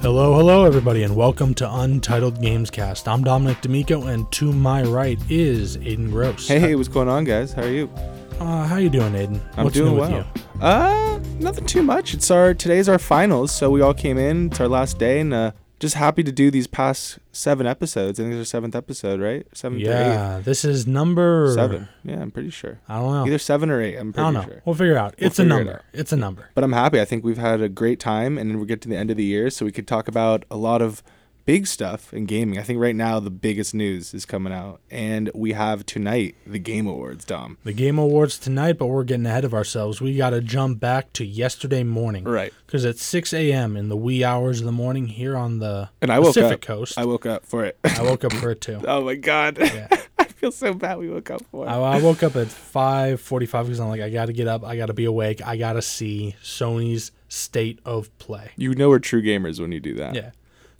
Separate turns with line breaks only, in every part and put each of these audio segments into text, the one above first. Hello, hello, everybody, and welcome to Untitled Gamescast. I'm Dominic D'Amico, and to my right is Aiden Gross.
Hey, hey, what's going on, guys? How are you?
uh, how you doing, Aiden?
I'm
What's
doing
new
well.
with you?
Uh, nothing too much. It's our today's our finals, so we all came in. It's our last day, and uh, just happy to do these past seven episodes. I think it's our seventh episode, right? Seven, or
Yeah, this is number
eight. seven. Yeah, I'm pretty sure.
I don't know.
Either seven or eight. I'm
I
pretty
don't know.
sure.
We'll figure it out.
We'll
it's a
figure it
number. it's a number.
But I'm happy. I think we've had a great time, and we get to the end of the year, so we could talk about a lot of big stuff in gaming. I think right now the biggest news is coming out, and we have tonight the Game Awards, Dom.
The Game Awards tonight, but we're getting ahead of ourselves. We got to jump back to yesterday morning.
Right.
Because at 6 a.m. in the wee hours of the morning here on the
And I woke
Pacific
up.
Coast,
I woke up for it.
I woke up for it too.
oh my god.
Yeah.
I feel so bad we woke up for.
I, I woke up at 5:45 because I'm like, I got to get up, I got to be awake, I got to see Sony's state of play.
you know we're true gamers when you do that.
Yeah.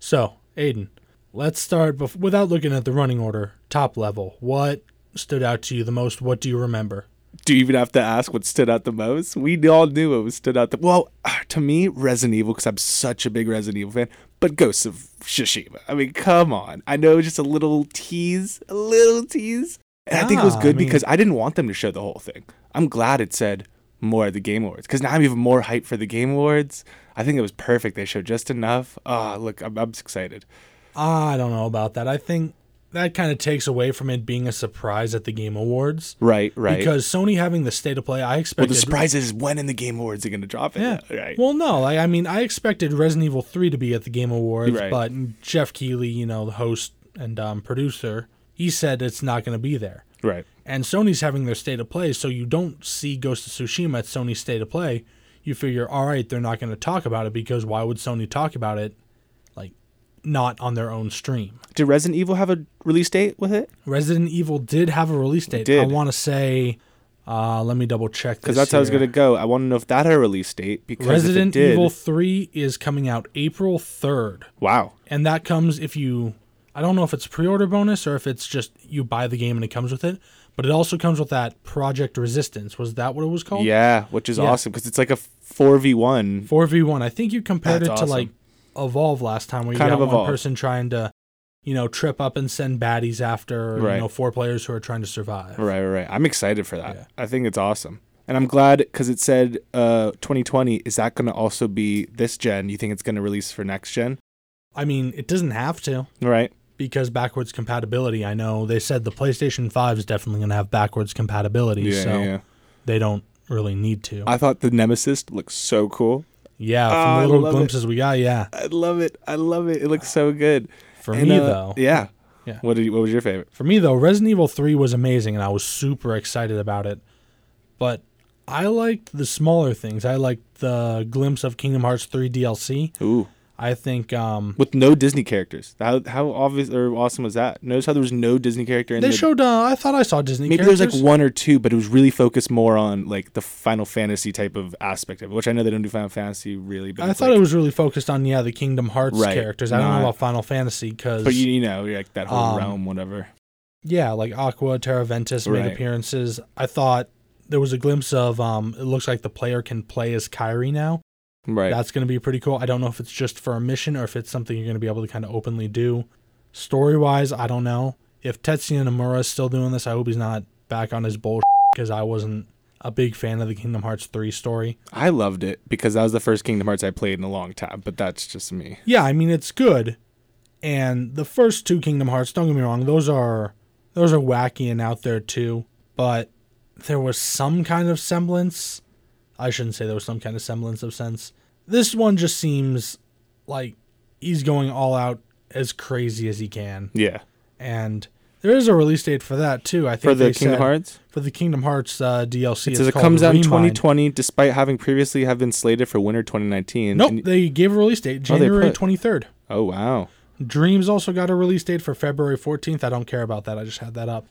So, Aiden, let's start bef- without looking at the running order. Top level, what stood out to you the most? What do you remember?
Do you even have to ask what stood out the most? We all knew it was stood out the well to me Resident Evil because I'm such a big Resident Evil fan. But Ghosts of Tsushima. I mean, come on. I know just a little tease, a little tease. And I think it was
Ah, I
good
mean-
because I didn't want them to show the whole thing. I'm glad it said more at the Game Awards because now I'm even more hyped for the Game Awards. I think it was perfect. They showed just enough. Ah, look, I'm, I'm excited.
I don't know about that. I think that kind of takes away from it being a surprise at the Game Awards
Right, right.
because Sony having the state of play, I
Well,
expected.
the surprise is when in the Game Awards are going to drop it.
Yeah.
Right.
Well, no, like, I mean, I expected Resident Evil 3 to be at the Game Awards,
Right.
but Jeff Keighley, you know, the host and um, producer, he said it's not going to be there.
right.
And Sony's having their state of play, so you don't see Ghost of Tsushima at Sony's state of play. You figure, all right, they're not going to talk about it because why would Sony talk about it, like, not on their own stream?
Did Resident Evil have a release date with it?
Resident Evil did have a release date. I
did.
want to say, uh, let me double check this.
Because that's how I was
here.
going to go. I want to know if that had a release date. Because
Resident
if it did,
Evil 3 is coming out April 3rd.
Wow.
and that comes if you I don't know if it's a pre-order bonus or if it's just you buy the game and it comes with it, but it also comes with that Project Resistance. Was that what it was called?
Yeah, which is awesome 'cause awesome because it's like a four v one.
4v1. I think you compared
That's
it to
awesome.
like Evolve last time where you
Kind
got
of
one
Evolve.
person trying to you know trip up and send baddies after you
Right.
know four players who are trying to survive.
Right, right, right. I'm excited for that.
Yeah.
I think it's awesome, and I'm glad because it said uh 2020. Is that going to also be this gen? You think it's going to release for next gen?
I mean, it doesn't have to
Right.
because backwards compatibility. I know they said the PlayStation 5 is definitely going to have backwards compatibility, so they don't really need to.
I thought the Nemesis looked so cool.
yeah, from
Oh, I
the little
love it.
glimpses we got, yeah.
I love it. I love it. It looks so good.
Uh, For
And,
me
uh,
though,
Yeah.
Yeah.
What did you, what was your favorite?
for me though, Resident Evil 3 was amazing and I was super excited about it. But I liked the smaller things. I liked the glimpse of Kingdom Hearts 3 DLC.
Ooh.
I think um
With no Disney characters. How how obvious or awesome was that? Notice how there was no Disney character in
they
the
showed uh, I thought I saw Disney
Maybe
characters.
there's like one or two, but it was really focused more on like the Final Fantasy type of aspect of it, which I know they don't do Final Fantasy really. But
I
it's
thought
like,
it was really focused on yeah, the Kingdom Hearts
Right,
characters. I don't know
not-
about Final Fantasy cuz
but you, you know, like that whole
Um,
realm, whatever.
yeah, like Aqua, Terra Ventus made
Right.
appearances. I thought there was a glimpse of um it looks like the player can play as Kyrie now.
Right.
That's going to be pretty cool. I don't know if it's just for a mission or if it's something you're going to be able to kind of openly do. Story wise, I don't know. If Tetsuya Nomura is still doing this, I hope he's not back on his bullshit because I wasn't a big fan of the Kingdom Hearts 3 story.
I loved it because that was the first Kingdom Hearts I played in a long time, but that's just me.
Yeah, I mean, it's good. And the first two Kingdom Hearts, don't get me wrong, those are those are wacky and out there too, but there was some kind of semblance. I shouldn't say there was some kind of semblance of sense. This one just seems like he's going all out as crazy as he can.
Yeah.
And there is a release date for that too. I think
For the
they
Kingdom
said-
Hearts,
for the Kingdom Hearts uh, DLC.
it
it's
says it
called
comes out in
Remind.
2020, despite having previously have been slated for winter 2019.
Nope,
And-
they gave a release date
Oh, they
January
put-
twenty third.
oh wow.
Dreams also got a release date for February 14th. I don't care about that. I just had that up.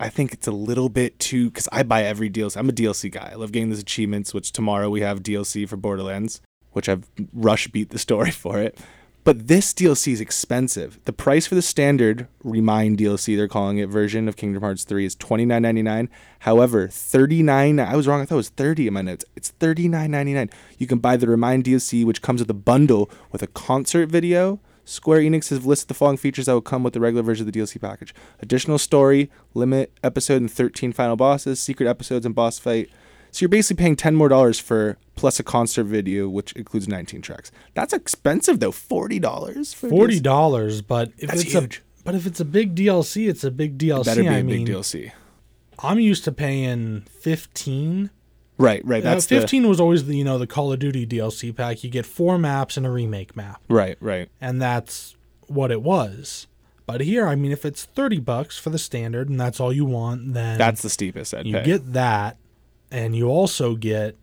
I think it's a little bit too because I buy every DLC. I'm a DLC guy. I love getting those achievements. Which tomorrow we have DLC for Borderlands, which I've rush beat the story for it. But this DLC is expensive. The price for the standard Remind DLC, they're calling it version of Kingdom Hearts 3 is twenty nine ninety nine. However, thirty nine I was wrong, I thought it was thirty in my notes. It's thirty nine ninety nine. You can buy the Remind DLC, which comes with a bundle with a concert video. Square Enix has listed the following features that will come with the regular version of the DLC package. Additional story, limit episode and thirteen final bosses, secret episodes and boss fight. So you're basically paying ten more dollars for plus a concert video, which includes 19 tracks. That's expensive though, forty dollars.
Forty dollars, but if
That's
it's
huge.
a but if it's a big DLC, it's a big DLC.
better be
I
a
mean,
big DLC.
I'm used to paying fifteen.
Right, right.
Uh,
That's the-
fifteen was always the you know the Call of Duty DLC pack. You get four maps and a remake map,
right, right.
and that's what it was. But here, I mean, if it's thirty bucks for the standard and that's all you want, then
That's the steepest I'd
you
pay.
get that, and you also get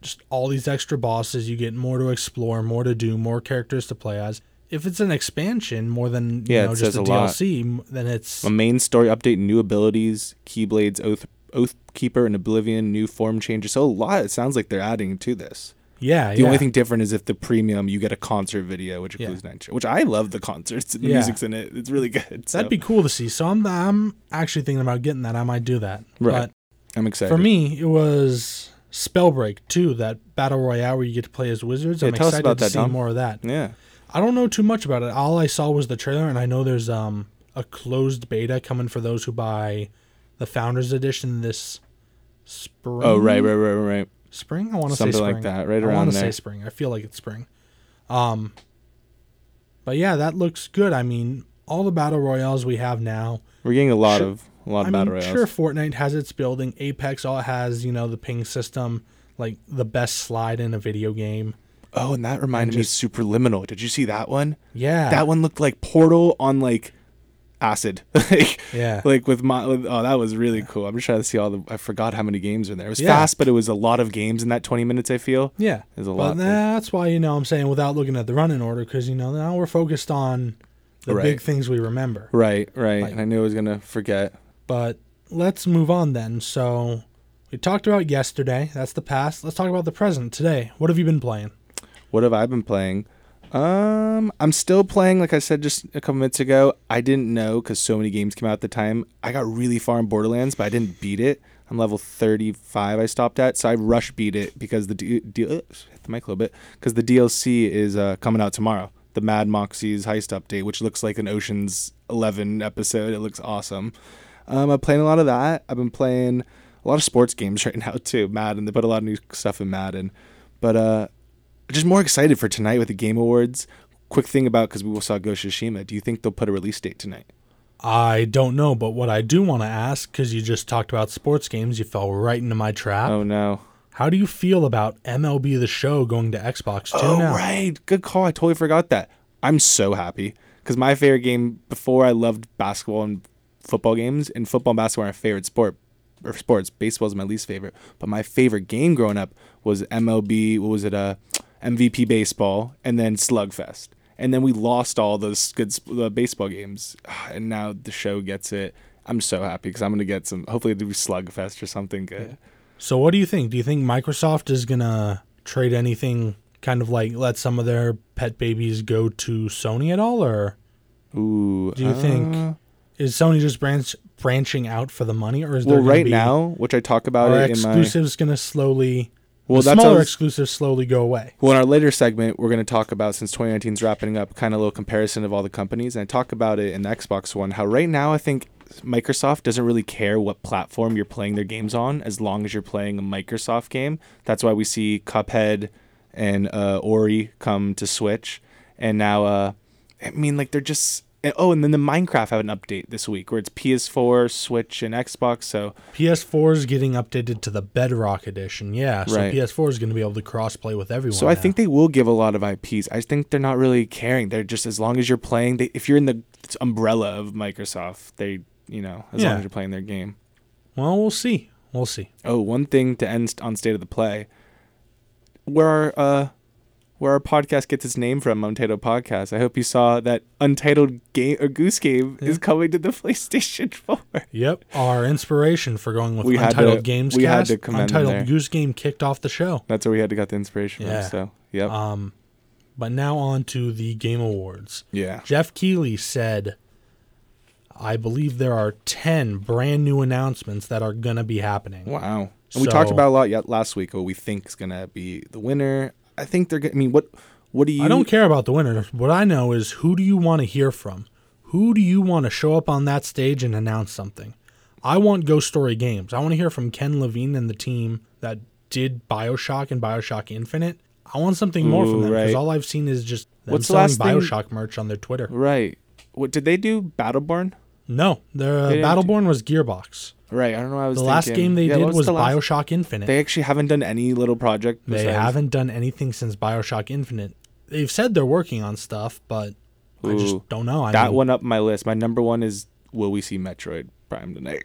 just all these extra bosses. You get more to explore, more to do, more characters to play as. If it's an expansion more than you
Yeah, it
know just
says
a,
a lot. Um,
DLC, m- then it's
a main story update, new abilities, Keyblades, Oath Oathkeeper, and Oblivion, new form changes. So a lot. It sounds like they're adding to this.
yeah.
The only thing different is if the premium, you get a concert video, which includes nine, tr- which I love the concerts. The
Yeah.
music's in it. It's really good. So
that'd be cool to see. So I'm I'm actually thinking about getting that. I might do that.
Right.
But
I'm excited.
For me, it was Spellbreak 2, that battle royale where you get to play as wizards.
Yeah,
I'm
tell us
excited
about
to
that,
see
Dom.
more of that.
yeah.
I don't know too much about it. All I saw was the trailer, and I know there's um a closed beta coming for those who buy the Founders Edition this spring.
Oh, right, right, right, right, right.
Spring? I want to say
Something
spring.
like that, right
I
around
wanna say
there.
spring. I feel like it's spring. Um, but yeah, that looks good. I mean, all the battle royales we have now,
We're getting a lot
Sure.
of a lot of
I
battle
mean,
royales.
sure, Fortnite has its building. Apex all has, you know, the ping system, like the best slide in a video game.
Oh, and that reminded me of Superliminal. Did you see that one?
Yeah.
That one looked like Portal on like acid. like
Yeah.
Like with my with, oh, that was really cool. I'm just trying to see all the I forgot how many games were in there. It was
Yeah.
fast, but it was a lot of games in that 20 minutes, I feel.
yeah.
There's a
but
lot there.
that's why, you know, I'm saying without looking at the running order, because, you know, now we're focused on the
Right.
big things we remember.
Right, right. and I knew I was going to forget.
But let's move on then. So we talked about yesterday. That's the past. Let's talk about the present today. What have you been playing?
What have I been playing? Um, I'm still playing. Like I said just a couple minutes ago, I didn't know because so many games came out at the time. I got really far in Borderlands, but I didn't beat it. I'm level 35. I stopped at, so I rush beat it because the D- D- uh, hit the mic a little bit because the DLC is uh, coming out tomorrow. The Mad Moxie's heist update, which looks like an Ocean's Eleven episode. It looks awesome. Um, I'm playing a lot of that. I've been playing a lot of sports games right now too. Madden. They put a lot of new stuff in Madden, but uh, just more excited for tonight with the Game Awards. Quick thing about because we will saw Ghost of Tsushima. Do you think they'll put a release date tonight?
I don't know, but what I do want to ask, because you just talked about sports games, you fell right into my trap.
Oh no!
How do you feel about MLB The Show going to Xbox 2
Oh
now?
right, good call. I totally forgot that. I'm so happy because my favorite game before I loved basketball and football games, and football and basketball are my favorite sport or sports. Baseball is my least favorite, but my favorite game growing up was MLB. What was it? Uh, MVP baseball, and then Slugfest, and then we lost all those good sp- the baseball games, Ah, and now the show gets it. I'm so happy because I'm gonna get some. Hopefully, it'll be Slugfest or something good.
So what do you think? Do you think Microsoft is gonna trade anything kind of like let some of their pet babies go to Sony at all or
Ooh, uh,
do you think is Sony just branch branching out for the money or is there
Well,
gonna
right
be-
now, which I talk about
are
it in my
exclusives gonna slowly
Well,
the
that's how
smaller
it's-
exclusives slowly go away?
Well, in our later segment, we're going to talk about since 2019 is wrapping up, kind of a little comparison of all the companies, and I talk about it in the Xbox One. How right now I think Microsoft doesn't really care what platform you're playing their games on, as long as you're playing a Microsoft game. That's why we see Cuphead and uh, Ori come to Switch, and now uh, I mean, like they're just. and- Oh, and then the Minecraft have an update this week where it's PS4, Switch, and Xbox. So
PS4 is getting updated to the Bedrock edition, yeah. So
Right.
PS4 is gonna be able to cross play with everyone.
So I
now.
think they will give a lot of IPs. I think they're not really caring. They're just as long as you're playing. They, if you're in the umbrella of Microsoft, they you know as
Yeah.
long as you're playing their game.
Well, we'll see. We'll see.
Oh, one thing to end st- on state of the play. Where our uh, where our podcast gets its name from, Untitled Podcast. I hope you saw that Untitled Game or Goose Game is coming to the PlayStation Four.
Yep, our inspiration for going with
We had
Untitled
to-
Games.
we had
Cast,
to commend them
Untitled
there.
Goose Game kicked off the show.
That's where we had to got the inspiration
Yeah.
from. So yep.
Um, But now on to the Game Awards.
Yeah.
Jeff Keighley said, I believe there are 10 brand new announcements that are going to be happening.
Wow. And we talked
So-
about a lot yet last week. What we think is gonna be the winner. I think they're. gonna I mean, what? What do you?
I don't care about the winner. What I know is who do you want to hear from? Who do you want to show up on that stage and announce something? I want Ghost Story Games. I want to hear from Ken Levine and the team that did BioShock and BioShock Infinite. I want something more from
Ooh,
them because
right.
all I've seen is just them
What's the
selling
last thing-
BioShock merch on their Twitter.
Right. What did they do? Battleborn.
No, their uh,
didn't do-
Battleborn was Gearbox.
Right. I don't know. What I was
The last
thinking.
game they
Yeah, what
did was,
the last-
BioShock Infinite.
They actually haven't done any little project.
They
besides-
haven't done anything since BioShock Infinite. They've said they're working on stuff, but I
Ooh.
just don't know. I
that
mean,
one up my list. My number one is will we see Metroid Prime tonight?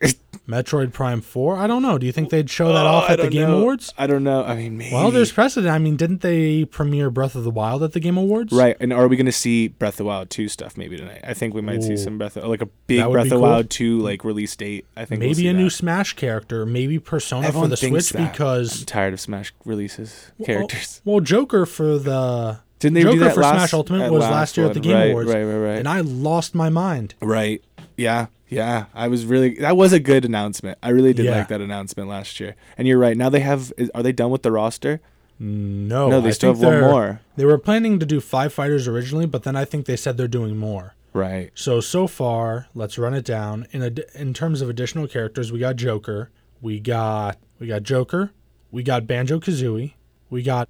Metroid Prime 4? I don't know. Do you think they'd show that
Oh,
off
I
at the
don't
Game
know.
Awards?
I don't know. I mean, maybe.
Well, there's precedent. I mean, didn't they premiere Breath of the Wild at the Game Awards?
right. And are we going to see Breath of the Wild two stuff maybe tonight? I think we might see
Ooh.
some Breath of like a big
That would
Breath
be
of the
cool.
Wild two like release date. I think we'll
Maybe
see
a new
that.
Smash character, maybe Persona
Everyone
for the
thinks
Switch
that. I'm
because
tired of Smash releases characters.
Well, oh. well, Joker for the
Didn't they do
Joker
that
for
last,
Smash Ultimate
at
was last year at the
one?
Game
right,
Awards.
Right, right, right.
And I lost my mind.
Right. Yeah. Yeah. I was really that was a good announcement. I really did
Yeah.
like that announcement last year. And you're right. Now they have is- are they done with the roster?
No,
no, they
I
still have
think
one
they're-
more.
They were planning to do five fighters originally, but then I think they said they're doing more.
Right.
So so far, let's run it down. In ad- in terms of additional characters, we got Joker, we got we got Joker, we got Banjo Kazooie, we got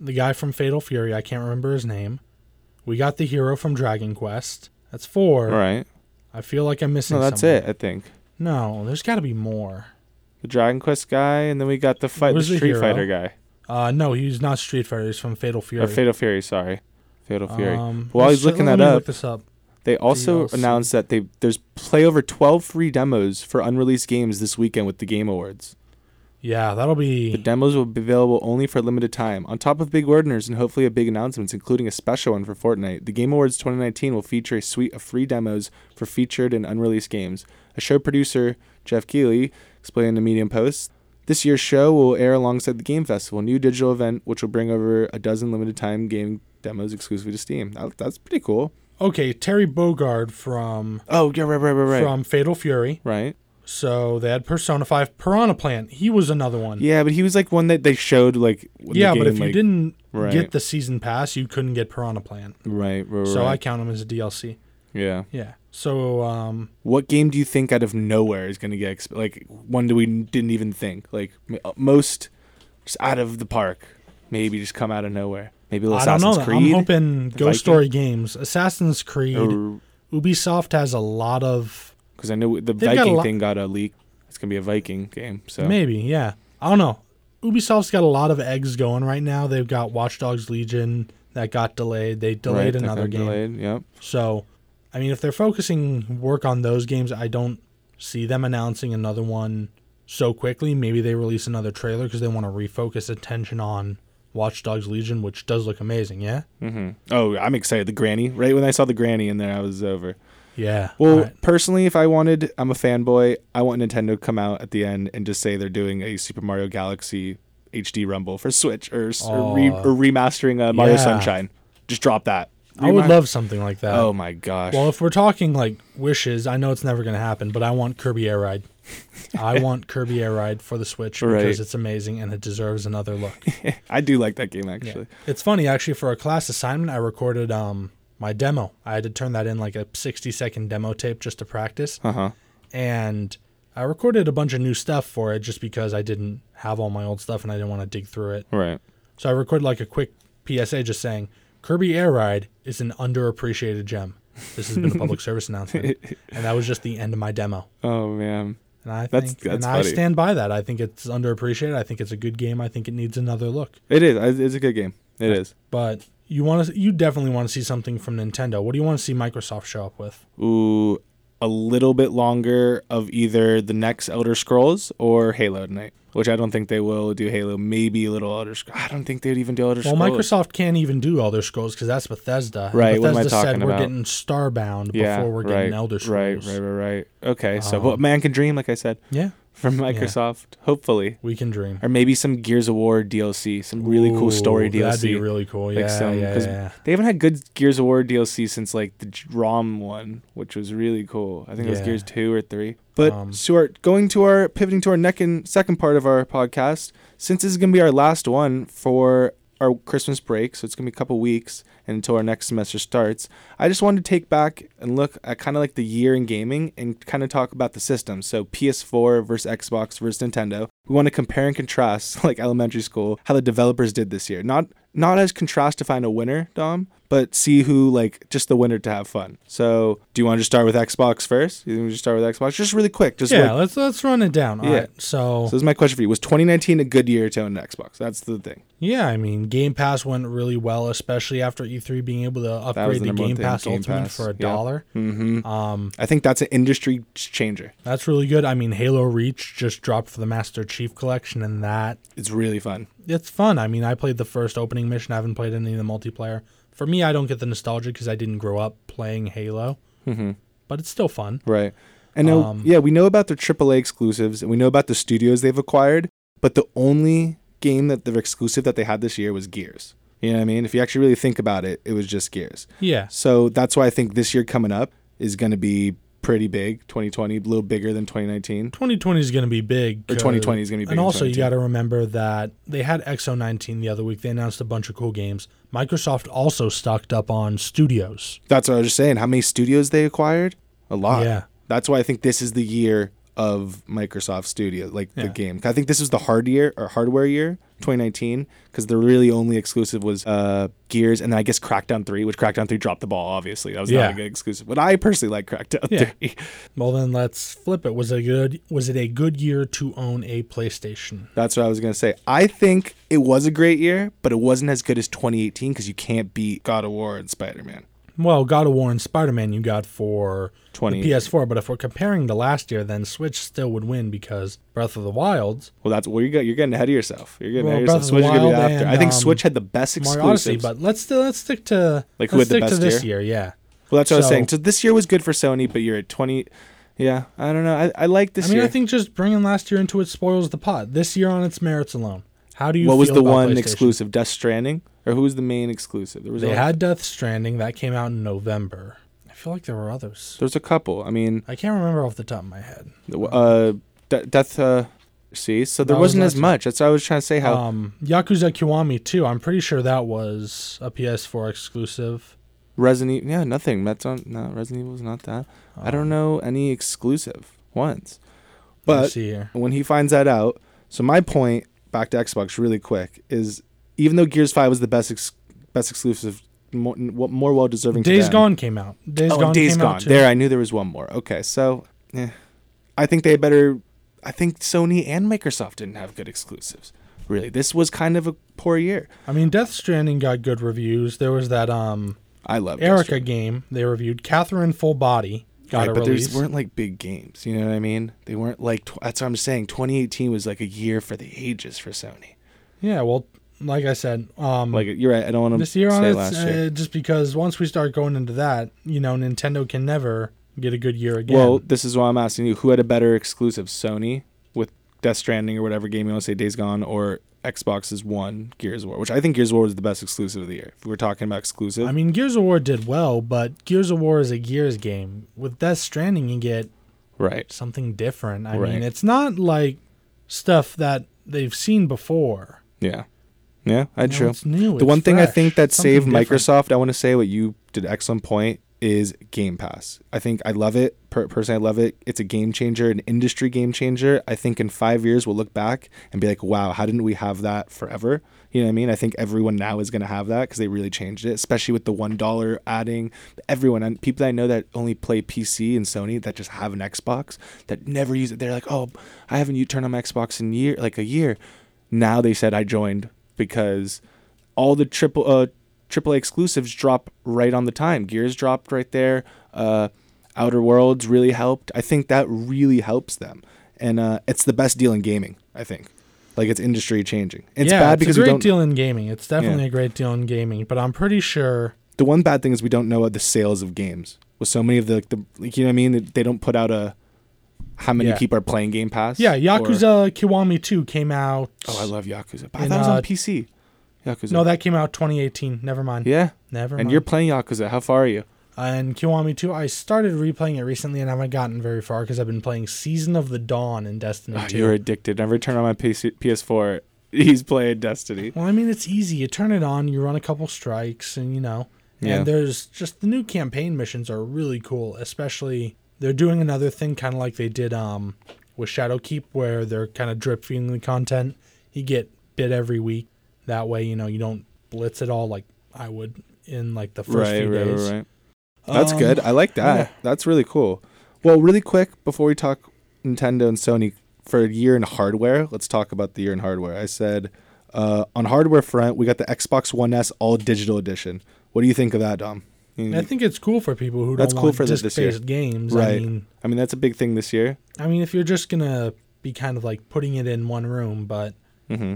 the guy from Fatal Fury. I can't remember his name. We got the hero from Dragon Quest. That's four.
All right.
I feel like I'm missing.
No, that's
someone.
it, I think.
No, there's got to be more.
The Dragon Quest guy and then we got the fight the
Where's the
Street
hero?
Fighter guy.
Uh, no, he's not Street Fighter. He's from Fatal Fury.
Or Fatal Fury, sorry. Fatal Fury.
Um,
While he's
let's-
looking
let
that
me
up,
look this up.
they also
DLC.
announced that they there's play over 12 free demos for unreleased games this weekend with the Game Awards.
Yeah, that'll be.
The demos will be available only for a limited time. On top of big orders and hopefully a big announcements, including a special one for Fortnite, the Game Awards 2019 will feature a suite of free demos for featured and unreleased games. A show producer, Jeff Keighley, explained to Medium Post, this year's show will air alongside the Game Festival, a new digital event which will bring over a dozen limited time game demos exclusively to Steam. That, that's pretty cool.
okay, Terry Bogard from
Oh, yeah, right, right, right, right.
from Fatal Fury.
right.
So they had Persona 5, Piranha Plant. He was another one.
Yeah, but he was like one that they showed like. when the
Yeah, but
game,
if you
like-
didn't
Right.
get the season pass, you couldn't get Piranha Plant.
Right, right, right.
So I count him as a DLC.
yeah.
Yeah. So um,
What game do you think out of nowhere is going to get exp- like one that we n- didn't even think? Like m- uh, most just out of the park, maybe just come out of nowhere. Maybe
I don't
Assassin's
know.
Creed.
I'm hoping Ghost
Viking?
Story Games, Assassin's Creed, Ubisoft has a lot of
because I know the
They've got a
Viking
lot-
thing got a leak. It's gonna be a Viking game. So
maybe. Yeah. I don't know. Ubisoft's got a lot of eggs going right now. They've got Watch Dogs Legion that got delayed. They
Right,
delayed
that
another
got
game.
Delayed. Yep.
So, I mean, if they're focusing work on those games, I don't see them announcing another one so quickly. Maybe they release another trailer because they want to refocus attention on Watch Dogs Legion, which does look amazing. Yeah,
hmm Oh, I'm excited. The granny. Right when I saw the granny in there, I was over.
yeah.
Well,
All right.
personally, if I wanted, I'm a fanboy. I want Nintendo to come out at the end and just say they're doing a Super Mario Galaxy HD Rumble for Switch or, s or, re,
Aw.
or remastering uh, Mario
Yeah.
Sunshine. Just drop that.
I would
Remar-
love something like that.
Oh my gosh!
Well, if we're talking like wishes, I know it's never going to happen, but I want Kirby Air Ride. I want Kirby Air Ride for the Switch because
Right.
it's amazing and it deserves another look.
I do like that game
Yeah.
actually.
It's funny actually for a class assignment I recorded um my demo. I had to turn that in like a 60 second demo tape just to practice
Uh huh.
and I recorded a bunch of new stuff for it just because I didn't have all my old stuff and I didn't want to dig through it.
Right.
So I recorded like a quick PSA just saying Kirby Air Ride is an underappreciated gem. This has been a public service announcement. And that was just the end of my demo.
Oh man.
And I think
That's-
and
that's
I
funny.
stand by that. I think it's underappreciated. I think it's a good game. I think it needs another look.
It is. I- It's a good game. It is.
but you want to you definitely want to see something from Nintendo. What do you want to see Microsoft show up with?
Ooh, a little bit longer of either the next Elder Scrolls or Halo tonight, which I don't think they will do Halo. Maybe a little Elder Scrolls. I don't think they'd even do Elder
Well,
Scrolls.
Microsoft can't even do Elder Scrolls because that's Bethesda. And
Right, what
Bethesda
am I
said
talking
we're
about?"
getting Starbound before we're getting
right,
Elder Scrolls.
Right, right, right, right. Okay, so
Um,
but man can dream, like I said.
Yeah.
from Microsoft, hopefully,
We can dream.
or maybe some Gears of War DLC, some really cool story
Ooh,
DLC.
That'd be really cool. Yeah,
like some
yeah,
because
yeah.
they haven't had good Gears of War DLC since like the J- ROM one, which was really cool. I think it was
Yeah.
Gears two or three. But
Um,
Stuart, going to our pivoting to our neck and second part of our podcast, since this is gonna be our last one for our Christmas break, so it's gonna be a couple weeks until our next semester starts. I just wanted to take back and look at kind of like the year in gaming and kind of talk about the system. So PS4 versus Xbox versus Nintendo. We want to compare and contrast like elementary school how the developers did this year. Not not as contrast to find a winner, Dom, but see who like just the winner to have fun. So, do you want to just start with Xbox first? You think we just start with Xbox just really quick, just
Yeah,
like-
let's let's run it down. All
Yeah.
right. So,
so this is my question for you. Was 2019 a good year to own an Xbox? That's the thing.
yeah, I mean, Game Pass went really well, especially after E3 being able to upgrade
the
the
number one
Game
thing,
Pass
Game
Ultimate
Pass,
for a
yeah.
dollar.
Mm-hmm.
Um,
I think that's an industry changer.
that's really good. I mean, Halo Reach just dropped for the Master Chief Collection, and that
It's really fun.
it's fun. I mean, I played the first opening mission. I haven't played any of the multiplayer. For me, I don't get the nostalgia because I didn't grow up playing Halo,
Mm-hmm.
but it's still fun.
Right. And now,
Um,
yeah, we know about their AAA exclusives and we know about the studios they've acquired, but the only game that the exclusive that they had this year was Gears. You know what I mean? If you actually really think about it, it was just Gears.
Yeah,
So that's why I think this year coming up is going to be pretty big. 2020, a little bigger than 2019.
2020 is going to be big.
Or 2020 is gonna be big
And
in
also, you
2019.
got to remember that they had XO19 the other week. They announced a bunch of cool games. Microsoft also stocked up on studios.
That's what I was just saying. How many studios they acquired? A lot.
Yeah.
That's why I think this is the year of Microsoft Studio, like
Yeah.
the game. I think this is the hard year or hardware year, 2019, because the really only exclusive was uh, Gears, and then I guess Crackdown 3, which Crackdown 3 dropped the ball. Obviously, that was
Yeah.
not a good exclusive, but I personally like Crackdown
Yeah.
3.
Well, then let's flip it. Was it a good? Was it a good year to own a PlayStation?
That's what I was gonna say. I think it was a great year, but it wasn't as good as 2018 because you can't beat God of War and Spider Man.
Well, God of War and Spider Man you got for
20.
the PS4, but if we're comparing to last year, then Switch still would win because Breath of the Wild,
Well, that's well, you got. You're getting ahead of yourself. You're getting
Well,
ahead of
Breath
yourself.
of the
Switch is gonna be
Wild
after.
and,
I think
um,
Switch had the best exclusives.
Mario Odyssey. But let's still let's stick to
Like,
like
who
let's
had the
stick to
best
this year. Yeah,
Well, that's what I was
So-
saying. So this year was good for Sony, but you're at 20. Yeah, I don't know. I, I like this
I mean,
year.
I think just bringing last year into it spoils the pot. This year on its merits alone. How do you?
what was
feel
the
about
one
PlayStation?
exclusive? Death Stranding, or who was the main exclusive? There was
They
a,
had Death Stranding that came out in November. I feel like there were others.
there's a couple. I mean,
I can't remember off the top of my head.
uh, De- Death. Uh, see, so there
That was
wasn't as
last year.
much. That's what I was trying to say. How
Um, Yakuza Kiwami too. I'm pretty sure that was a PS4 exclusive.
Resident Evil. Yeah, nothing. That's on. No, Resident Evil's not that. I don't
Oh.
know any exclusive ones.
Let me
But
see here.
when he finds that out. So my point back to Xbox really quick is even though Gears Five was the best ex- best exclusive, more, more well deserving. to
Days
them-
Gone came out. Days
oh, and
Gone
Days
came
Gone.
out too.
There, I knew there was one more. Okay, so eh. I think they better. I think Sony and Microsoft didn't have good exclusives. Really, this was kind of a poor year.
I mean, Death Stranding got good reviews. There was that um
I love Death
Erica
Stranding.
game they reviewed. Catherine Full Body got
Right,
a
but
release.
these weren't like big games. You know what I mean? They weren't like. Tw- that's what I'm saying. 2018 was like a year for the ages for Sony.
yeah, well, like I said, um,
Like you're right. I don't want to
this year on
say
it's
last year.
uh, just because once we start going into that, you know, Nintendo can never get a good year again.
Well, this is why I'm asking you: who had a better exclusive, Sony with Death Stranding or whatever game you want to say, Days Gone, or Xbox's One Gears of War, which I think Gears of War was the best exclusive of the year. If we're talking about exclusive,
I mean, Gears of War did well, but Gears of War is a Gears game. With Death Stranding, you get
right?
something different. I
Right.
mean, it's not like stuff that they've seen before.
Yeah, yeah, that's
You know,
true.
it's new.
The one thing I think that saved
Microsoft.
Microsoft, I want to say what you did excellent point is Game Pass. I think I love it. Per- personally, I love it. It's a game changer, an industry game changer. I think in five years we'll look back and be like, wow, how didn't we have that forever? You know what I mean? I think everyone now is going to have that because they really changed it, especially with the one dollar adding. Everyone and people that I know that only play PC and Sony that just have an Xbox that never use it. They're like, oh, I haven't you turned on my Xbox in year like a year. Now they said I joined because all the triple uh AAA exclusives drop right on the time. Gears dropped right there. Uh, Outer Worlds really helped. I think that really helps them, and uh, it's the best deal in gaming. I think, like it's industry changing. It's
yeah,
bad
it's
because
a
we
great
don't.
deal in gaming. It's definitely a great deal in gaming, but I'm pretty sure.
The one bad thing is we don't know the sales of games. With so many of the, the like, you know what I mean. They don't put out a how many
Yeah.
people are playing Game Pass.
Yeah,
or-
Yakuza Kiwami 2 came out.
oh, I love Yakuza. But I
And,
thought it was
uh,
on PC. Yakuza.
no, that came out 2018. Never mind.
yeah.
Never mind.
And you're playing Yakuza. How far are you?
and Kiwami 2, I started replaying it recently and I haven't gotten very far because I've been playing Season of the Dawn in Destiny
Oh,
2.
you're addicted. Every time on my PC- PS4, he's playing Destiny.
Well, I mean, it's easy. You turn it on, you run a couple strikes, and you know.
Yeah.
And there's just the new campaign missions are really cool, especially they're doing another thing kind of like they did um with Shadowkeep, where they're kind of drip feeding the content. You get bit every week. That way, you know, you don't blitz at all like I would in like the first
Right,
few
right,
days.
right, right. That's
Um,
good. I like that.
yeah.
That's really cool. Well, really quick before we talk Nintendo and Sony for a year in hardware, let's talk about the year in hardware. I said uh, on hardware front, we got the Xbox One S All Digital Edition. What do you think of that, Dom? Mm, You-
And I think it's cool for people who
That's
don't
cool
like
for the- this year.
disc-based games. I
Right.
mean,
I mean, that's a big thing this year.
I mean, if you're just gonna be kind of like putting it in one room, but
Mm-hmm.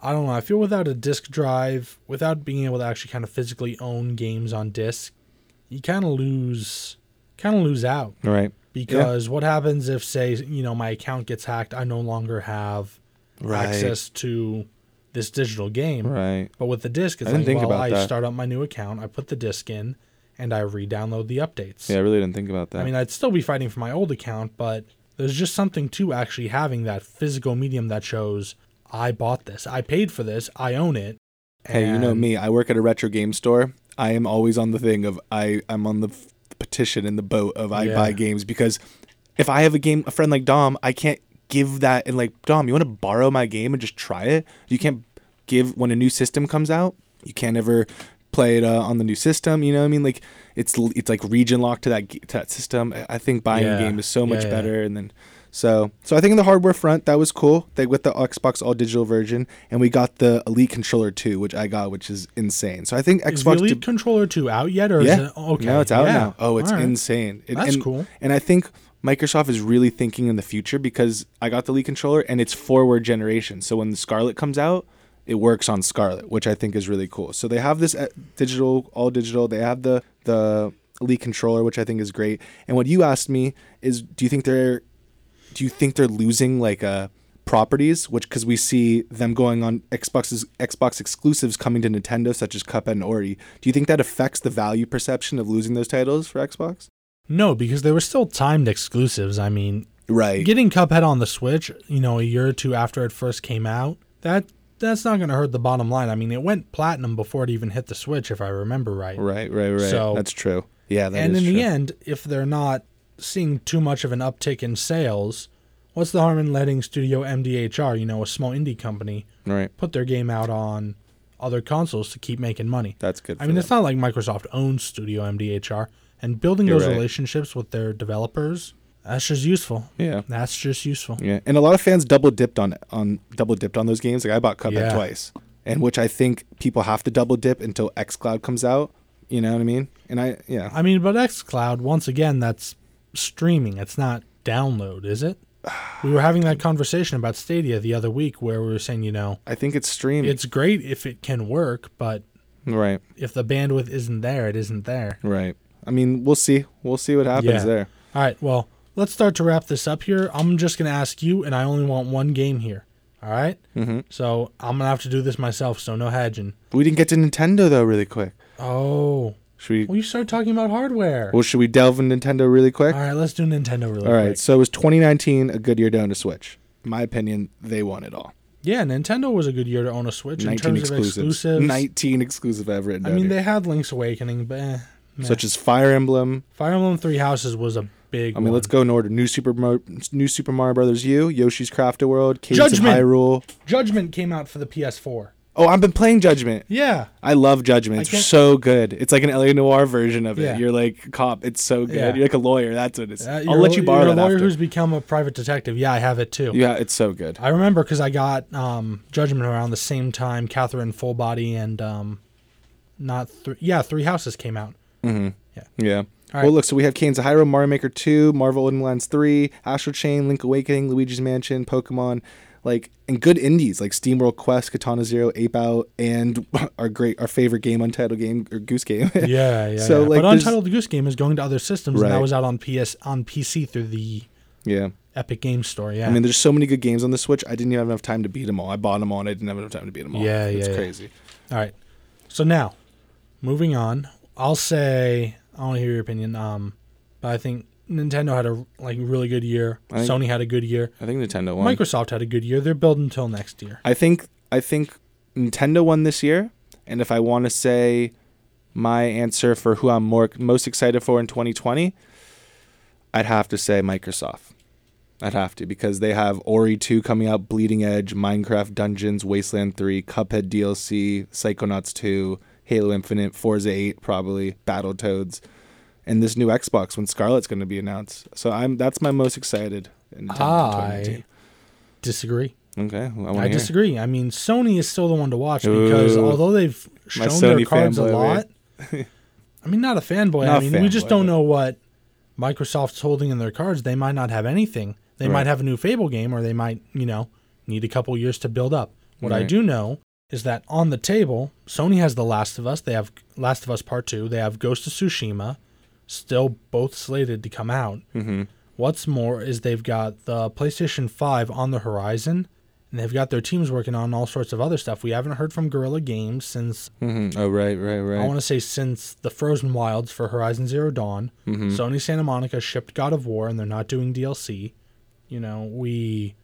I don't know. I feel without a disc drive, without being able to actually kind of physically own games on disc, you kind of lose, kind of lose out
All right.
because what happens if, say, you know, my account gets hacked? I no longer have access to this digital game.
Right.
But with the disc, it's
I didn't
like,
think
well,
about
I
that.
start up my new account, I put the disc in, and I re-download the updates.
Yeah, I really didn't think about that.
I mean, I'd still be fighting for my old account, but there's just something to actually having that physical medium that shows I bought this, I paid for this, I own it.
Hey, you know
and-
me. I work at a retro game store. I am always on the thing of I. I'm on the f- petition in the boat of I
Yeah.
buy games because if I have a game, a friend like Dom, I can't give that and like Dom, you want to borrow my game and just try it. You can't give when a new system comes out. You can't ever play it uh, on the new system. You know what I mean? Like it's l- it's like region locked to that g- to that system. I- I think buying
Yeah.
a game is so much
Yeah, yeah.
better better, and then so so I think in the hardware front that was cool. They with the Xbox all digital version and we got the Elite controller too, which I got, which is insane. So I think
Is the
Xbox
Elite
did-
Controller 2 out yet? Or
yeah.
is it, okay.
No, it's out
yeah.
now. Oh, it's
All right.
insane. It-
That's
and-
cool.
And I think Microsoft is really thinking in the future because I got the Elite controller and it's forward generation. So when the Scarlet comes out, it works on Scarlet, which I think is really cool. So they have this uh, digital, all digital. They have the the Elite controller, which I think is great. And what you asked me is, do you think they're do you think they're losing like uh properties which because we see them going on xbox's xbox exclusives coming to nintendo such as cuphead and ori do you think that affects the value perception of losing those titles for xbox
No, because they were still timed exclusives. I mean,
right
getting Cuphead on the Switch, you know, a year or two after it first came out, that that's not going to hurt the bottom line. I mean, it went platinum before it even hit the Switch, if I remember right.
right right right
So-
that's true yeah that is
and in
true.
the end, if they're not seeing too much of an uptick in sales, what's the harm in letting Studio MDHR, you know, a small indie company,
right
put their game out on other consoles to keep making money?
that's good
I
for
mean,
them.
it's not like Microsoft owns Studio MDHR, and building
You're
those
right.
relationships with their developers, that's just useful.
yeah
That's just useful.
Yeah, and a lot of fans double dipped on on double dipped on those games. Like I bought Cuphead
Yeah.
twice, and which I think people have to double dip until XCloud comes out. You know what I mean? And I yeah,
I mean, but xCloud, once again, that's streaming. It's not download, is it? We were having that conversation about Stadia the other week where we were saying, you know,
I think it's streaming.
it's great if it can work, but
right,
if the bandwidth isn't there, it isn't there.
right. I mean, we'll see. We'll see what happens
Yeah.
there.
All right, well, let's start to wrap this up here. I'm just going to ask you, and I only want one game here. All right?
Mm-hmm.
So I'm going to have to do this myself, so no hedging.
We didn't get to Nintendo though, really quick.
Oh,
Should we?
well, you started talking about hardware.
Well, should we delve into Nintendo really quick?
All right, let's do Nintendo really
All right.
quick.
So it was 2019 a good year down to Switch? In my opinion, they won it all.
Yeah, Nintendo was a good year to own a Switch in
19
terms
exclusives.
of exclusives.
19 exclusive I've written
I
down.
mean,
here.
they had Link's Awakening, but eh, meh.
such as Fire Emblem,
Fire Emblem Three Houses was a big.
I mean, let's
one.
go in order. New Super Mar- New Super Mario Brothers U, Yoshi's Crafted World, Cadence of
Judgment!
Hyrule.
Judgment came out for the PS4.
Oh, I've been playing Judgment.
Yeah,
I love Judgment. It's
can't-
so good. It's like an LA Noir version of it.
Yeah.
You're like cop. It's so good.
Yeah.
You're like a lawyer. That's what it's.
Uh,
I'll
you're
let
a-
you borrow
you're a
that
lawyer
after.
who's become a private detective. Yeah, I have it too.
Yeah, it's so good.
I remember because I got um, Judgment around the same time. Catherine Fullbody and um, not three. Yeah, Three Houses came out.
Yeah.
right.
Well, look. So we have Canes of Hyrule, Mario Maker Two, Marvel Odin Lines Three, Astral Chain, Link Awakening, Luigi's Mansion, Pokemon, like and good indies like Steam World Quest, Katana Zero, Ape Out, and our great our favorite game, Untitled Game or Goose Game.
Yeah, yeah.
So,
yeah.
like,
but
there's-
Untitled Goose Game is going to other systems, and that
Right.
was out on PS on PC through the
yeah.
Epic Game Store. Yeah.
I mean, there's so many good games on the Switch. I didn't even have enough time to beat them all. I bought them all, and I didn't have enough time to beat them all.
Yeah,
it's
yeah, yeah.
crazy.
All right. So now, moving on, I'll say I want to hear your opinion. Um, but I think Nintendo had a like really good year.
I think-
Sony had a good year.
I think Nintendo won.
Microsoft had a good year. They're building until next year.
I think I think Nintendo won this year, and if I want to say my answer for who I'm more most excited for in 2020, I'd have to say Microsoft. I'd have to because they have Ori 2 coming out, Bleeding Edge, Minecraft Dungeons, Wasteland 3, Cuphead DLC, Psychonauts 2, Halo Infinite, Forza 8 probably, Battletoads, and this new Xbox when Scarlet's going to be announced. So I'm that's my most excited. In
I disagree.
Okay, well, I, wanna
I
hear.
disagree. I mean, Sony is still the one to watch because
Ooh.
although they've
My
shown their
Sony
cards a
fanboy over
lot, I mean, not a fanboy.
Not
I
a
mean, we just
fanboy,
don't
but-
know what Microsoft's holding in their cards. They might not have anything. They
Right.
might have a new Fable game, or they might, you know, need a couple years to build up. What I
Right.
do know is that on the table, Sony has The Last of Us. They have Last of Us Part Two. They have Ghost of Tsushima, still both slated to come out.
Mhm.
What's more is they've got the PlayStation 5 on the horizon, and they've got their teams working on all sorts of other stuff. We haven't heard from Guerrilla Games since,
Mhm. Oh right, right, right.
I want to say, since the Frozen Wilds for Horizon Zero Dawn.
Mm-hmm.
Sony Santa Monica shipped God of War, and they're not doing DLC. You know, we.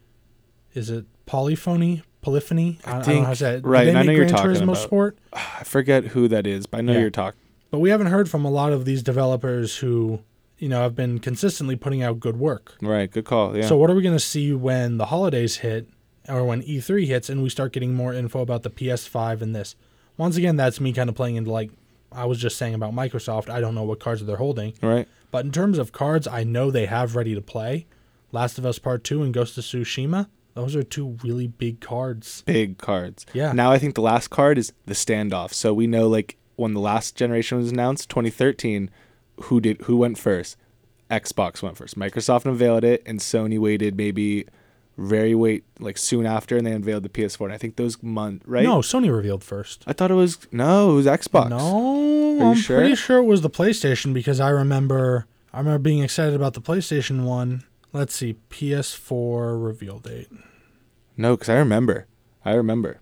Is it polyphony? Polyphony? I, I don't know
think-
how to say it. Do
right,
they
and I
make
know you're
Gran
talking
Turismo
about-
Sport?
I forget who that is, but I know
Yeah.
you're talking.
But we haven't heard from a lot of these developers who, you know, have been consistently putting out good work.
Right, good call. Yeah.
So what are we going to see when the holidays hit or when E3 hits and we start getting more info about the PS5 and this? Once again, that's me kind of playing into like I was just saying about Microsoft. I don't know what cards they're holding,
right.
but in terms of cards, I know they have ready to play. Last of Us Part 2 and Ghost of Tsushima. Those are two really big cards.
Big cards.
Yeah.
Now I think the last card is the standoff. So we know like when the last generation was announced, 2013, who did who went first? Xbox went first. Microsoft unveiled it, and Sony waited maybe very wait like soon after, and they unveiled the PS4. And I think those month right.
No, Sony revealed first.
I thought it was no, it was Xbox.
No,
you
I'm
sure?
pretty sure it was the PlayStation because I remember I remember being excited about the PlayStation one. Let's see, PS4 reveal date.
No, because I remember. I remember.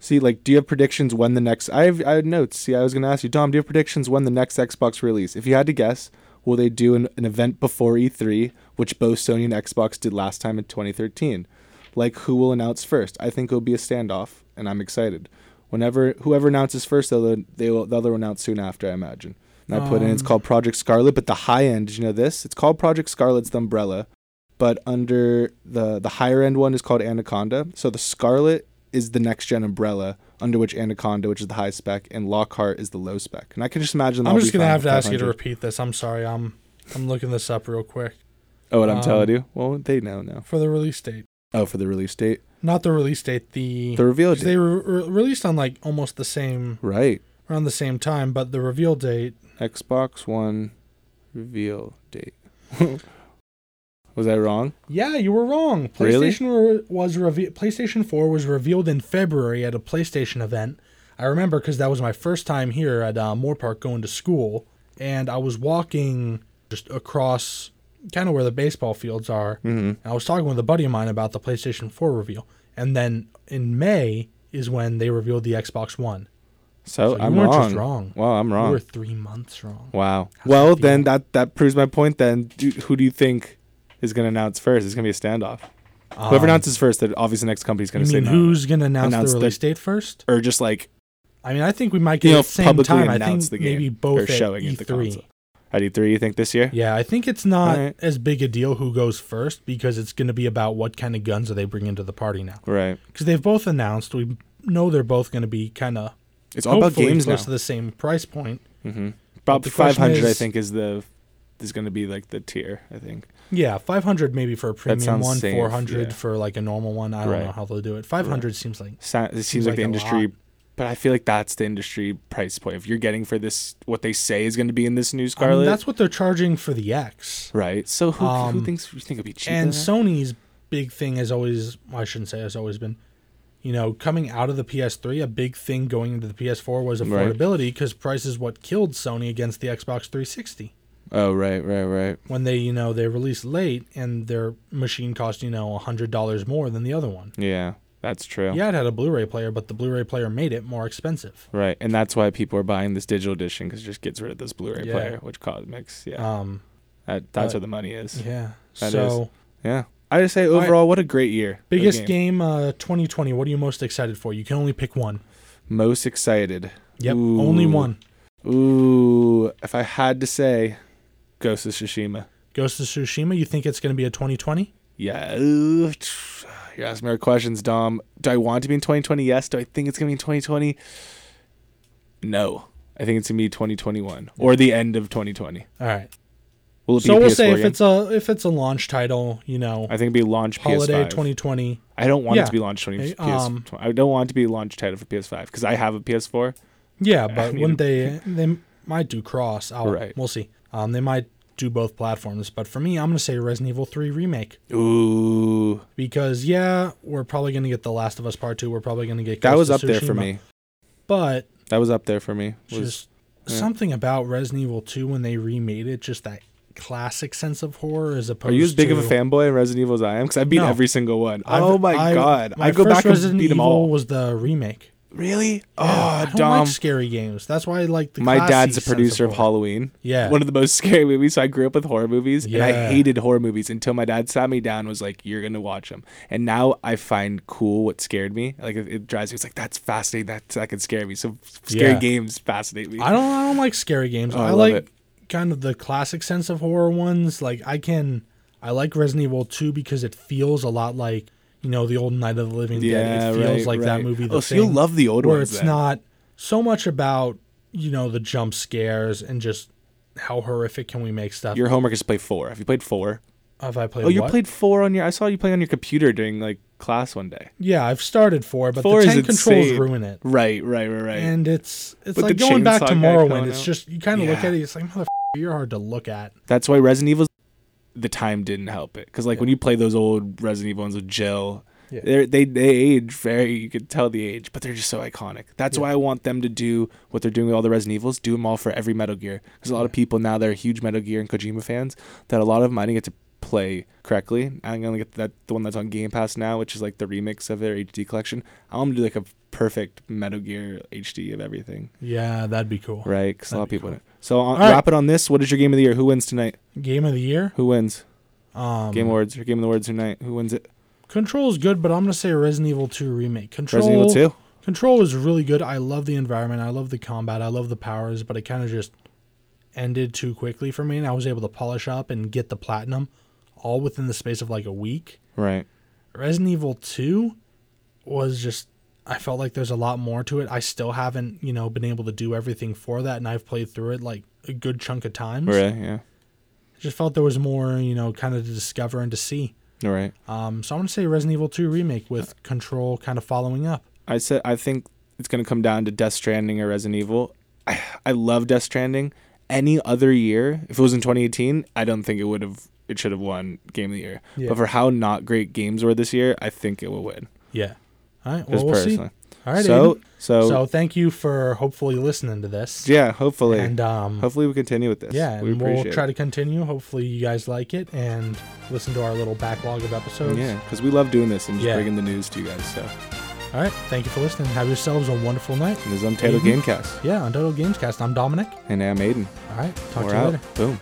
See, like, do you have predictions when the next? I have I had notes. See, I was gonna ask you, Dom. Do you have predictions when the next Xbox release? If you had to guess, will they do an, an event before E3, which both Sony and Xbox did last time in 2013? Like, who will announce first? I think it'll be a standoff, and I'm excited. Whenever whoever announces first, they'll they will the other will announce soon after, I imagine. And I put in it's called Project Scarlet, but the high end. Did you know this? It's called Project Scarlet's the umbrella but under the the higher end one is called Anaconda. So the Scarlet is the next gen umbrella under which Anaconda, which is the high spec, and Lockhart is the low spec. And I can just imagine.
I'm just gonna have to ask you to
repeat.
repeat this. I'm sorry. I'm I'm looking this up real quick
Oh, what I'm
um,
telling you. Well, they know now.
for the release date.
Oh, for the release date,
Not the release date. The,
the reveal
'cause
date.
they were re- released on like almost the same
right.
around the same time, but the reveal date.
Xbox One reveal date. Was I wrong?
Yeah, you were wrong.
Really?
PlayStation re- was reve- PlayStation 4 was revealed in February at a PlayStation event. I remember because that was my first time here at uh, Moore Park going to school, and I was walking just across kind of where the baseball fields are.
Mhm.
And I was talking with a buddy of mine about the PlayStation 4 reveal, and then in May is when they revealed the Xbox One.
So,
So you
Oh, I'm
weren't
wrong.
just wrong.
Wow, I'm
We
wrong.
were three months wrong.
Wow.
How's
Well,
that feel?
then that that proves my point. Then do, who do you think is going to announce first? It's going to be a standoff. Whoever
Um,
announces first, that obviously the next company's
You
going to say
mean
no.
who's gonna announce,
Announce
the
the-
release date first?
or just like
I mean, I think we might get
You
it
know,
at the same
publicly
time. I think
announce the game
maybe both
or
at
showing
E3.
it the console. at E3, you think this year?
Yeah, I think it's not
Alright.
as big a deal who goes first because it's going to be about what kind of guns are they bringing to the party now.
Right.
Because they've both announced we know they're both going to be kind of
It's all about
hopefully
games now.
close to the same price point.
mm-hmm.
But
About
the question
500, I
is-
think, is the is going to be like the tier. I think.
Yeah, 500 maybe for a premium
sounds
one,
safe,
400
yeah.
for like a normal one. I don't
Right.
know how they'll do it. 500 seems like
So, it seems, like,
like
the
a
industry,
lot.
but I feel like that's the industry price point. If you're getting for this, what they say is going to be in this
I
new
mean,
Scarlet,
that's what they're charging for the X.
right? So who, who
Um,
thinks you think it'd be cheap?
And Sony's big thing has always, well, I shouldn't say has always been, you know, coming out of the PS3, a big thing going into the PS4 was
Right.
affordability because price is what killed Sony against the Xbox 360.
Oh right, right, right.
when they you know they release late and their machine cost you know hundred dollars more than the other one.
Yeah, that's true.
Yeah, it had a Blu-ray player, but the Blu-ray player made it more expensive.
Right, and that's why people are buying this digital edition because it just gets rid of this Blu-ray
Yeah.
player, which cosmics. Yeah,
Um,
that, that's
but-
where the money is.
yeah.
That
so
Yeah, I just say
right.
overall, what a great year. of
biggest game, uh, 2020. What are you most excited for? You can only pick one.
Most excited.
Yep, only
Ooh.
one.
Ooh, if I had to say, Ghost of Tsushima.
Ghost of Tsushima. You think it's going to be a 2020?
Yeah. ooh, tch, You're asking me our questions, Dom. Do I want to be in 2020? Yes. Do I think it's going to be in 2020? No. I think it's going to be 2021 or the end of 2020.
All right.
Will it be
So
a
we'll
PS4
say if
game?
it's a if it's a launch title, you know,
I think it'd be launch
holiday
PS5.
2020.
I don't want
Yeah.
it to be launch 20
Hey, um,
PS. I don't want it to be launch title for PS5 because I have a PS4.
Yeah, but
mean-
wouldn't they? They might do cross. I'll,
Right.
We'll see. Um, they might do both platforms. But for me, I'm gonna say Resident Evil 3 remake
Ooh,
because yeah, we're probably gonna get The Last of Us Part Two. We're probably gonna get
that
Ghost
was
of
up there for
Tsushima.
me.
But
That was up there for me. Was,
just
yeah.
something about Resident Evil 2 when they remade it, just that classic sense of horror as opposed.
are you as big of a
to-
fanboy of Resident Evil as I am? Because I beat
No.
every single one.
I've-
oh my
I-
god!
my
I go
first
back and
Resident
beat them
Evil
all.
Was the remake?
Really?
Yeah, I
oh,
don't
Dom.
like scary games. That's why I like the.
my
classy
dad's a
sense
producer of
horror.
Halloween.
Yeah.
One of the most scary movies. So I grew up with horror movies, and I
Yeah.
hated horror movies until my dad sat me down and was like, "You're gonna watch them." And now I find cool what scared me. Like it, it drives me. It's like that's fascinating. That that can scare me. So scary
Yeah.
games fascinate me.
I don't. I don't like scary games.
Oh, I
I,
love
like
it.
kind of the classic sense of horror ones. Like I can. I like Resident Evil 2 because it feels a lot like you know the old Night of the Living
yeah,
Dead. It feels
right,
like
right.
that movie. The
oh, so you
Thing,
love the old
where
ones?
it's
then.
not so much about you know the jump scares and just how horrific can we make stuff.
Your homework is to play four. Have you played four?
Have I played?
Oh, you
what?
played four on your. I saw you playing on your computer during like class one day.
Yeah, I've started four, but
Four
the
is
tank controls
insane.
ruin it.
Right, right, right, right.
And it's it's
With
like
the
going back
chainsaw
to
guy
Morrowind.
coming
It's
out.
just you kind of look
Yeah.
at it. It's like motherfucker, you're hard to look at.
That's why Resident Evil, the time didn't help it. Because like when you play those old Resident Evil ones with Jill,
Yeah.
they're they they age very. You could tell the age, but they're just so iconic. That's why I want them to do what they're doing with all the Resident Evils. Do them all for every Metal Gear. Because a lot of people now they're huge Metal Gear and Kojima fans. That a lot of them I didn't get to play correctly. I'm gonna get that the one that's on Game Pass now, which is like the remix of their HD collection. I want them to do like a perfect Metal Gear HD of everything,
Yeah, that'd be cool.
right? Because a lot of
That'd be
people. don't- So on,
right.
wrap it on this. What is your game of the year? Who wins tonight?
Game of the year.
Who wins?
Um,
Game Awards or Game of the Awards tonight. Who wins it?
Control's good, but I'm gonna say Resident Evil 2 remake. Control.
Resident Evil Two.
Control is really good. I love the environment. I love the combat. I love the powers, but it kind of just ended too quickly for me, and I was able to polish up and get the platinum, all within the space of like a week.
Right.
Resident Evil 2 was just I felt like there's a lot more to it. I still haven't, you know, been able to do everything for that and I've played through it like a good chunk of times.
Right. Yeah.
Just felt there was more, you know, kind of to discover and to see.
All right.
Um so I'm going to say Resident Evil 2 remake with Control kind of following up.
I said I think it's gonna come down to Death Stranding or Resident Evil. I, I love Death Stranding. Any other year, if it was in 2018, I don't think it would have. It should have won Game of the Year.
Yeah.
But for how not great games were this year, I think it will win.
Yeah. All right. Well,
Just
we'll
personally.
see. All right.
so,
Aiden.
so
so thank you for hopefully listening to this.
yeah. Hopefully,
And um
hopefully we continue with this.
yeah,
we
and we'll
appreciate
try
it.
to continue. Hopefully you guys like it and listen to our little backlog of episodes.
Yeah, because we love doing this and just
Yeah.
bringing the news to you guys. So,
All right. Thank you for listening. Have yourselves a wonderful night.
and this is Untitled
Aiden?
Gamecast,
Yeah, on Total Gamescast. I'm Dominic.
and I'm Aiden.
All right. Talk
We're
to you
out.
later.
Boom.